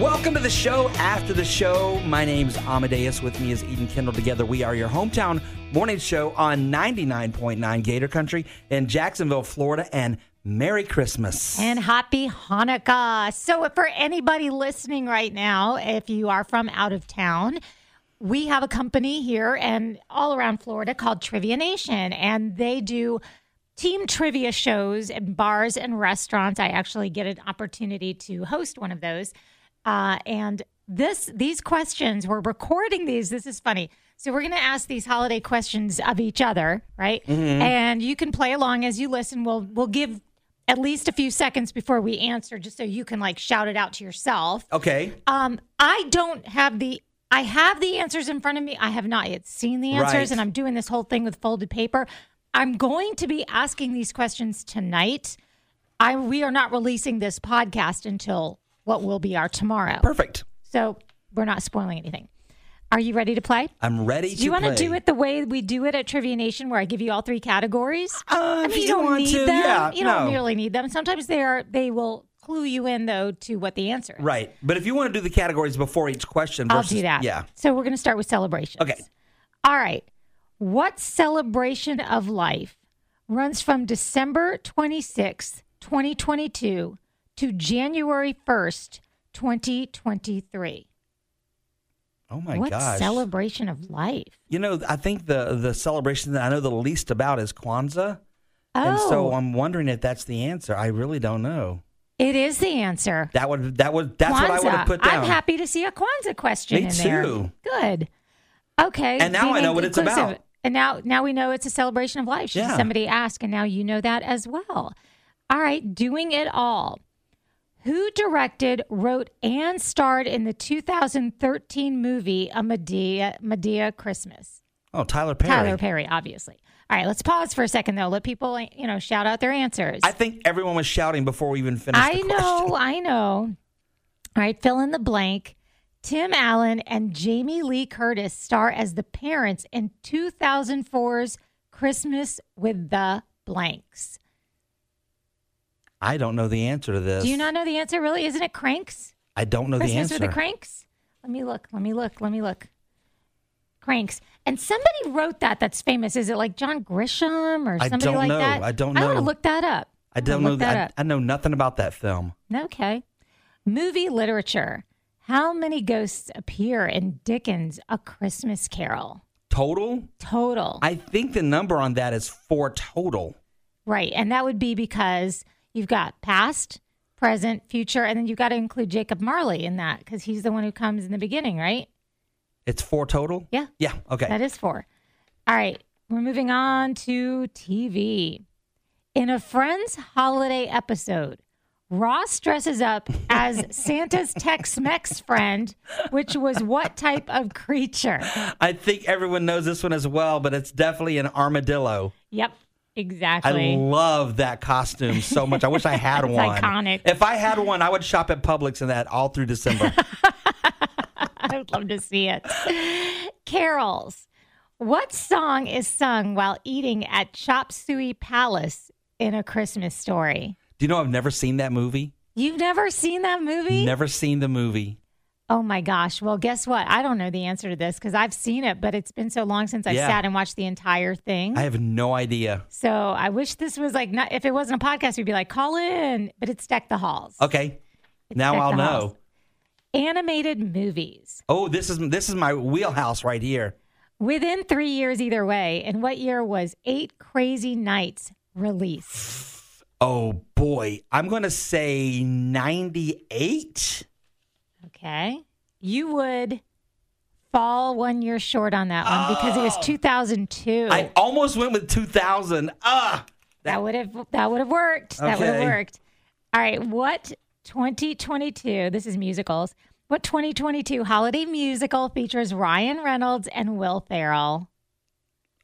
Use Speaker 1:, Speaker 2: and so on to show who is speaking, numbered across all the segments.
Speaker 1: Welcome to the show. After the show, my name's Amadeus. With me is Eden Kendall. Together, we are your hometown morning show on 99.9 Gator Country in Jacksonville, Florida. And Merry Christmas.
Speaker 2: And happy Hanukkah. So, for anybody listening right now, if you are from out of town, we have a company here and all around Florida called Trivia Nation, and they do team trivia shows in bars and restaurants. I actually get an opportunity to host one of those. Uh, and this these questions, we're recording these. This is funny. So we're going to ask these holiday questions of each other, right? And you can play along as you listen. We'll we'll give at least a few seconds before we answer, just so you can like shout it out to yourself.
Speaker 1: okay.
Speaker 2: Um, I don't have the. I have the answers in front of me. I have not yet seen the answers,
Speaker 1: Right.
Speaker 2: and I'm doing this whole thing with folded paper. I'm going to be asking these questions tonight. I we are not releasing this podcast until what will be our tomorrow,
Speaker 1: Perfect.
Speaker 2: so we're not spoiling anything. Are you ready to play?
Speaker 1: I'm ready to
Speaker 2: Do you want to
Speaker 1: play.
Speaker 2: do it the way we do it at Trivia Nation, where I give you all three categories?
Speaker 1: Uh,
Speaker 2: I
Speaker 1: if
Speaker 2: mean,
Speaker 1: you
Speaker 2: you don't
Speaker 1: want
Speaker 2: need
Speaker 1: to,
Speaker 2: them.
Speaker 1: yeah,
Speaker 2: you don't
Speaker 1: no.
Speaker 2: really need them. Sometimes they are. They will clue you in though to what the answer is.
Speaker 1: Right. But if you want to do the categories before each question,
Speaker 2: I'll
Speaker 1: versus,
Speaker 2: do that.
Speaker 1: Yeah.
Speaker 2: So we're going to start with celebrations.
Speaker 1: Okay.
Speaker 2: All right. What celebration of life runs from December 26th, 2022 to January 1st, 2023?
Speaker 1: Oh my
Speaker 2: what
Speaker 1: gosh.
Speaker 2: celebration of life?
Speaker 1: you know, I think the the celebration that I know the least about is Kwanzaa.
Speaker 2: Oh,
Speaker 1: And so I'm wondering if that's the answer. I really don't know.
Speaker 2: it is the answer.
Speaker 1: That would that would that's what I would have
Speaker 2: Kwanzaa.
Speaker 1: put down.
Speaker 2: I'm happy to see a Kwanzaa question
Speaker 1: Me
Speaker 2: in there.
Speaker 1: too.
Speaker 2: Good. Okay.
Speaker 1: And now I know what it's
Speaker 2: inclusive.
Speaker 1: about.
Speaker 2: And now now we know it's a celebration of life. Should
Speaker 1: Yeah.
Speaker 2: somebody ask, and now you know that as well. All right, doing it all. Who directed, wrote, and starred in the 2013 movie A Medea Medea Christmas?
Speaker 1: Oh, Tyler Perry.
Speaker 2: Tyler Perry, obviously. All right, let's pause for a second though. Let people you know shout out their answers.
Speaker 1: I think everyone was shouting before we even finished.
Speaker 2: I
Speaker 1: the question.
Speaker 2: know, I know. All right, fill in the blank. Tim Allen and Jamie Lee Curtis star as the parents in 2004's Christmas with the Blanks.
Speaker 1: I don't know the answer to this.
Speaker 2: Do you not know the answer, really? Isn't it Cranks?
Speaker 1: I don't know the
Speaker 2: Christmas
Speaker 1: answer.
Speaker 2: with the Cranks? Let me look, let me look, let me look. Cranks. And somebody wrote that that's famous. Is it like John Grisham or
Speaker 1: I
Speaker 2: somebody
Speaker 1: don't
Speaker 2: like
Speaker 1: know.
Speaker 2: that?
Speaker 1: I don't
Speaker 2: I want
Speaker 1: know.
Speaker 2: to look that up.
Speaker 1: I
Speaker 2: I'm gonna
Speaker 1: don't know
Speaker 2: look that up.
Speaker 1: I, I know nothing about that film.
Speaker 2: Okay. Movie literature. How many ghosts appear in Dickens' A Christmas Carol?
Speaker 1: Total?
Speaker 2: Total.
Speaker 1: I think the number on that is four total.
Speaker 2: right. And that would be because you've got past, present, future, and then you've got to include Jacob Marley in that because he's the one who comes in the beginning, right?
Speaker 1: It's four total?
Speaker 2: Yeah.
Speaker 1: Yeah. Okay.
Speaker 2: That is four. All right. We're moving on to TV. In a Friends holiday episode, Ross dresses up as Santa's Tex Mex friend, which was what type of creature?
Speaker 1: I think everyone knows this one as well, but it's definitely an armadillo.
Speaker 2: Yep,
Speaker 1: I
Speaker 2: exactly.
Speaker 1: love that costume so much. I wish I had
Speaker 2: It's
Speaker 1: one.
Speaker 2: iconic.
Speaker 1: If I had one, I would shop at Publix in that all through December.
Speaker 2: I would love to see it. Carols. What song is sung while eating at Chop Suey Palace in A Christmas Story?
Speaker 1: Do you know I've never seen that movie?
Speaker 2: You've never seen that movie?
Speaker 1: Never seen the movie.
Speaker 2: Oh my gosh. Well, guess what? I don't know the answer to this because I've seen it, but it's been so long since I
Speaker 1: Yeah.
Speaker 2: sat and watched the entire thing.
Speaker 1: I have no idea.
Speaker 2: so I wish this was like, not, if it wasn't a podcast, we'd be like, call in, but it's Deck the Halls.
Speaker 1: Okay. now
Speaker 2: Deck
Speaker 1: I'll
Speaker 2: the
Speaker 1: know.
Speaker 2: Halls. Animated movies.
Speaker 1: Oh, this is this is my wheelhouse right here.
Speaker 2: Within three years, either way. And what year was Eight Crazy Nights released?
Speaker 1: Oh boy, I'm going to say 98.
Speaker 2: Okay. You would fall one year short on that one because it was 2002.
Speaker 1: Oh. I almost went with 2000. Ah,
Speaker 2: that would have that would have worked. That would have
Speaker 1: Okay.
Speaker 2: worked. All right. What 2022? This is musicals. What 2022 holiday musical features Ryan Reynolds and Will Ferrell?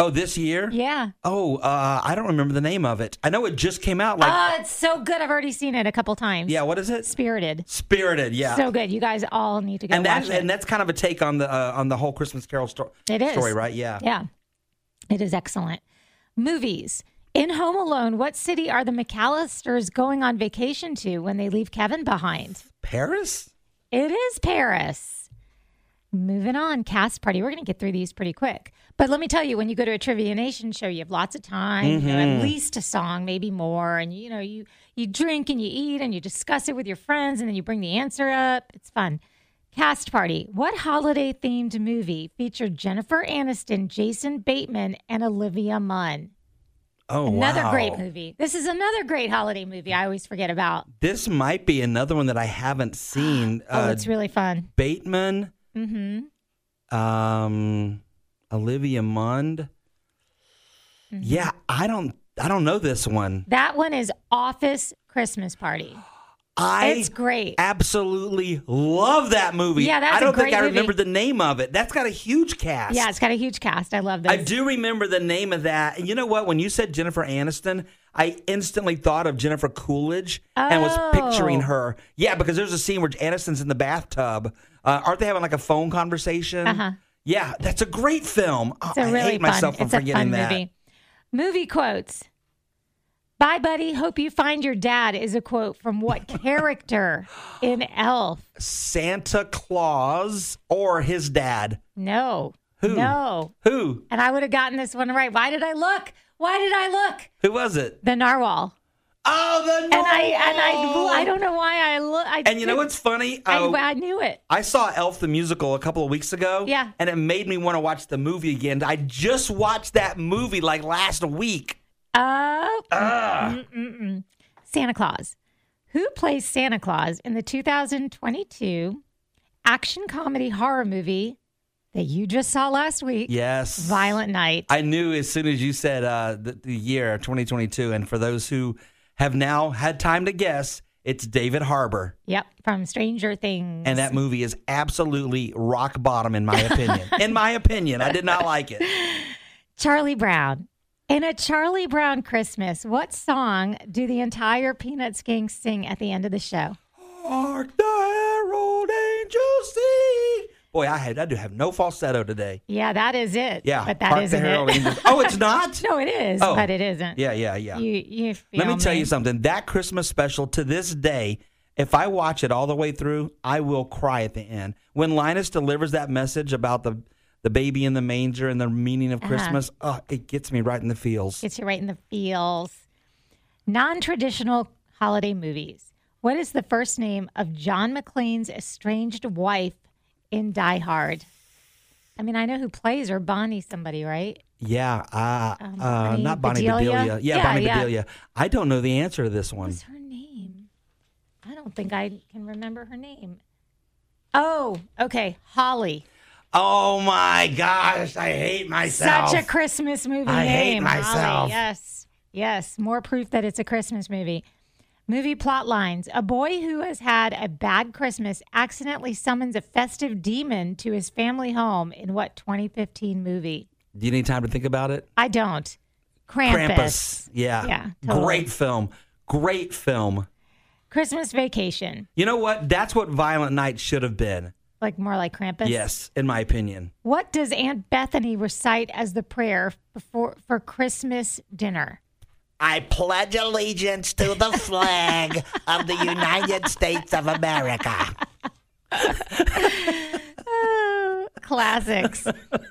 Speaker 1: oh, this year?
Speaker 2: Yeah.
Speaker 1: Oh, uh, I don't remember the name of it. I know it just came out like
Speaker 2: Oh, it's so good. I've already seen it a couple times.
Speaker 1: Yeah, what is it?
Speaker 2: Spirited.
Speaker 1: Spirited, yeah.
Speaker 2: So good. You guys all need to go
Speaker 1: and
Speaker 2: watch
Speaker 1: that
Speaker 2: it.
Speaker 1: and that's kind of a take on the uh, on the whole Christmas Carol sto-
Speaker 2: It is.
Speaker 1: story, right? Yeah.
Speaker 2: Yeah. It is excellent. Movies. In Home Alone, what city are the McAllisters going on vacation to when they leave Kevin behind?
Speaker 1: Paris?
Speaker 2: It is Paris. Moving on, cast party. We're going to get through these pretty quick. But let me tell you, when you go to a Trivia Nation show, you have lots of time, you know,
Speaker 1: Mm-hmm.
Speaker 2: at least a song, maybe more. And you know, you you drink and you eat and you discuss it with your friends, and then you bring the answer up. It's fun. Cast party. What holiday themed movie featured Jennifer Aniston, Jason Bateman, and Olivia Munn?
Speaker 1: Oh,
Speaker 2: Another
Speaker 1: wow.
Speaker 2: great movie. This is another great holiday movie. I always forget about.
Speaker 1: This might be another one that I haven't seen.
Speaker 2: Oh,
Speaker 1: uh,
Speaker 2: it's really fun.
Speaker 1: Bateman,
Speaker 2: Mm-hmm.
Speaker 1: um, Olivia Mund.
Speaker 2: Mm-hmm.
Speaker 1: Yeah, I don't. I don't know this one.
Speaker 2: That one is Office Christmas Party.
Speaker 1: I
Speaker 2: it's great.
Speaker 1: absolutely love that movie.
Speaker 2: Yeah, that's
Speaker 1: I
Speaker 2: a
Speaker 1: don't
Speaker 2: great
Speaker 1: think I
Speaker 2: movie.
Speaker 1: remember the name of it. That's got a huge cast.
Speaker 2: yeah, it's got a huge cast. I love this.
Speaker 1: I do remember the name of that. And you know what? When you said Jennifer Aniston, I instantly thought of Jennifer Coolidge and was picturing
Speaker 2: Oh.
Speaker 1: her. Yeah, because there's a scene where Aniston's in the bathtub. Uh, aren't they having like a phone conversation?
Speaker 2: Uh-huh.
Speaker 1: Yeah, that's a great film. Oh,
Speaker 2: It's a
Speaker 1: I
Speaker 2: really
Speaker 1: hate
Speaker 2: fun.
Speaker 1: myself for
Speaker 2: it's a
Speaker 1: forgetting
Speaker 2: fun
Speaker 1: that.
Speaker 2: movie. Movie quotes. Bye, buddy. Hope you find your dad is a quote from what character in Elf?
Speaker 1: Santa Claus or his dad.
Speaker 2: No.
Speaker 1: Who?
Speaker 2: No.
Speaker 1: Who?
Speaker 2: And I would have gotten this one right. Why did I look? Why did I look?
Speaker 1: Who was it?
Speaker 2: The narwhal.
Speaker 1: Oh, the
Speaker 2: And I and
Speaker 1: Noel!
Speaker 2: I I don't know why I look. I
Speaker 1: And you know
Speaker 2: didn't-
Speaker 1: what's funny?
Speaker 2: I,
Speaker 1: Oh,
Speaker 2: I knew it.
Speaker 1: I saw Elf the musical a couple of weeks ago.
Speaker 2: Yeah.
Speaker 1: And it made me want to watch the movie again. I just watched that movie like last week.
Speaker 2: Oh.
Speaker 1: Ah.
Speaker 2: Mm-mm-mm. mm. Santa Claus. Who plays Santa Claus in the 2022 action comedy horror movie that you just saw last week,
Speaker 1: Yes.
Speaker 2: Violent Night?
Speaker 1: I knew as soon as you said uh, the, the year 2022. And for those who have now had time to guess, it's David Harbour.
Speaker 2: yep, from Stranger Things.
Speaker 1: And that movie is absolutely rock bottom, in my opinion. in my opinion, I did not like it.
Speaker 2: Charlie Brown. In a Charlie Brown Christmas, what song do the entire Peanuts gang sing at the end of the show?
Speaker 1: Hark the herald angels sing. Boy, I, had, I do have no falsetto today.
Speaker 2: Yeah, that is it.
Speaker 1: Yeah.
Speaker 2: but that
Speaker 1: Hark
Speaker 2: isn't
Speaker 1: the herald
Speaker 2: it.
Speaker 1: angels. Oh, it's not?
Speaker 2: no, it is,
Speaker 1: Oh.
Speaker 2: but it isn't.
Speaker 1: Yeah, yeah, yeah.
Speaker 2: You, you
Speaker 1: Let me
Speaker 2: feel
Speaker 1: tell you something. That Christmas special to this day, if I watch it all the way through, I will cry at the end. When Linus delivers that message about the the baby in the manger and the meaning
Speaker 2: Uh-huh.
Speaker 1: of Christmas, oh, it gets me right in the feels.
Speaker 2: Gets you right in the feels. Non traditional holiday movies. What is the first name of John McClane's estranged wife in Die Hard? I mean, I know who plays her, Bonnie somebody, right?
Speaker 1: yeah, uh, uh,
Speaker 2: um, Bonnie
Speaker 1: not Bonnie Bedelia.
Speaker 2: Bedelia?
Speaker 1: Yeah,
Speaker 2: Yeah,
Speaker 1: Bonnie
Speaker 2: yeah.
Speaker 1: Bedelia. I don't know the answer to this one.
Speaker 2: What's her name? I don't think I can remember her name. Oh, okay. Holly.
Speaker 1: Oh my gosh, I hate myself.
Speaker 2: Such a Christmas movie
Speaker 1: I hate
Speaker 2: name. Holly.
Speaker 1: myself.
Speaker 2: Yes. Yes. More proof that it's a Christmas movie. Movie plot lines. A boy who has had a bad Christmas accidentally summons a festive demon to his family home in what 2015 movie?
Speaker 1: Do you need time to think about it?
Speaker 2: I don't. Krampus.
Speaker 1: Yeah.
Speaker 2: Yeah, totally.
Speaker 1: Great film. Great film.
Speaker 2: Christmas vacation.
Speaker 1: You know what? That's what Violent Night should have been.
Speaker 2: Like more like Krampus.
Speaker 1: Yes, in my opinion.
Speaker 2: What does Aunt Bethany recite as the prayer before for Christmas dinner?
Speaker 1: I pledge allegiance to the flag of the United States of America.
Speaker 2: Oh, classics.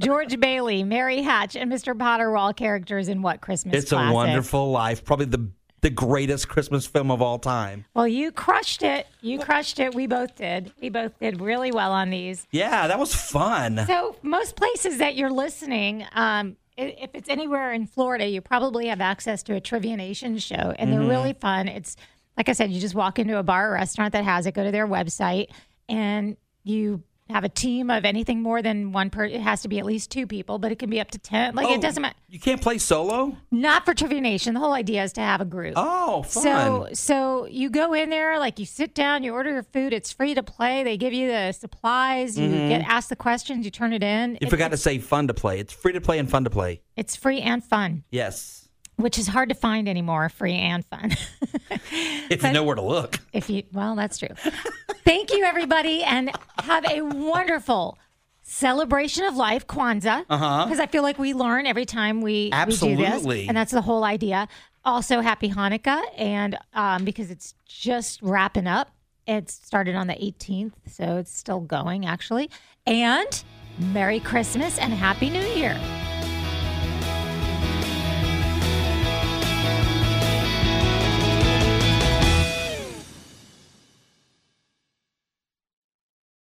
Speaker 2: George Bailey, Mary Hatch, and Mr. Potter were all characters in what Christmas
Speaker 1: It's
Speaker 2: classic?
Speaker 1: a wonderful life. Probably the the greatest Christmas film of all time.
Speaker 2: Well, you crushed it. You crushed it. We both did. We both did really well on these.
Speaker 1: Yeah, that was fun.
Speaker 2: So, most places that you're listening, um, i- if it's anywhere in Florida, you probably have access to a Trivia Nation show, and
Speaker 1: Mm-hmm.
Speaker 2: they're really fun. It's like I said, you just walk into a bar or restaurant that has it, go to their website, and you have a team of anything more than one person. It has to be at least two people, but it can be up to 10. Like,
Speaker 1: Oh,
Speaker 2: it doesn't matter.
Speaker 1: You can't play solo?
Speaker 2: Not for Trivia Nation. The whole idea is to have a group.
Speaker 1: Oh, fun.
Speaker 2: So, so you go in there, like you sit down, you order your food. It's free to play. They give you the supplies. You get asked the questions. You turn it in.
Speaker 1: Mm-hmm. you
Speaker 2: It-
Speaker 1: forgot to say fun to play. It's free to play and fun to play.
Speaker 2: it's free and fun,
Speaker 1: Yes.
Speaker 2: which is hard to find anymore. Free and fun.
Speaker 1: If you know where to look.
Speaker 2: if you, well, that's true. Thank you, everybody, and have a wonderful celebration of life, Kwanzaa. Because I feel like we learn every time we, we do this,
Speaker 1: Absolutely.
Speaker 2: and that's the whole idea. Also, happy Hanukkah, and um, because it's just wrapping up. It started on the 18th, so it's still going actually. And Merry Christmas and Happy New Year.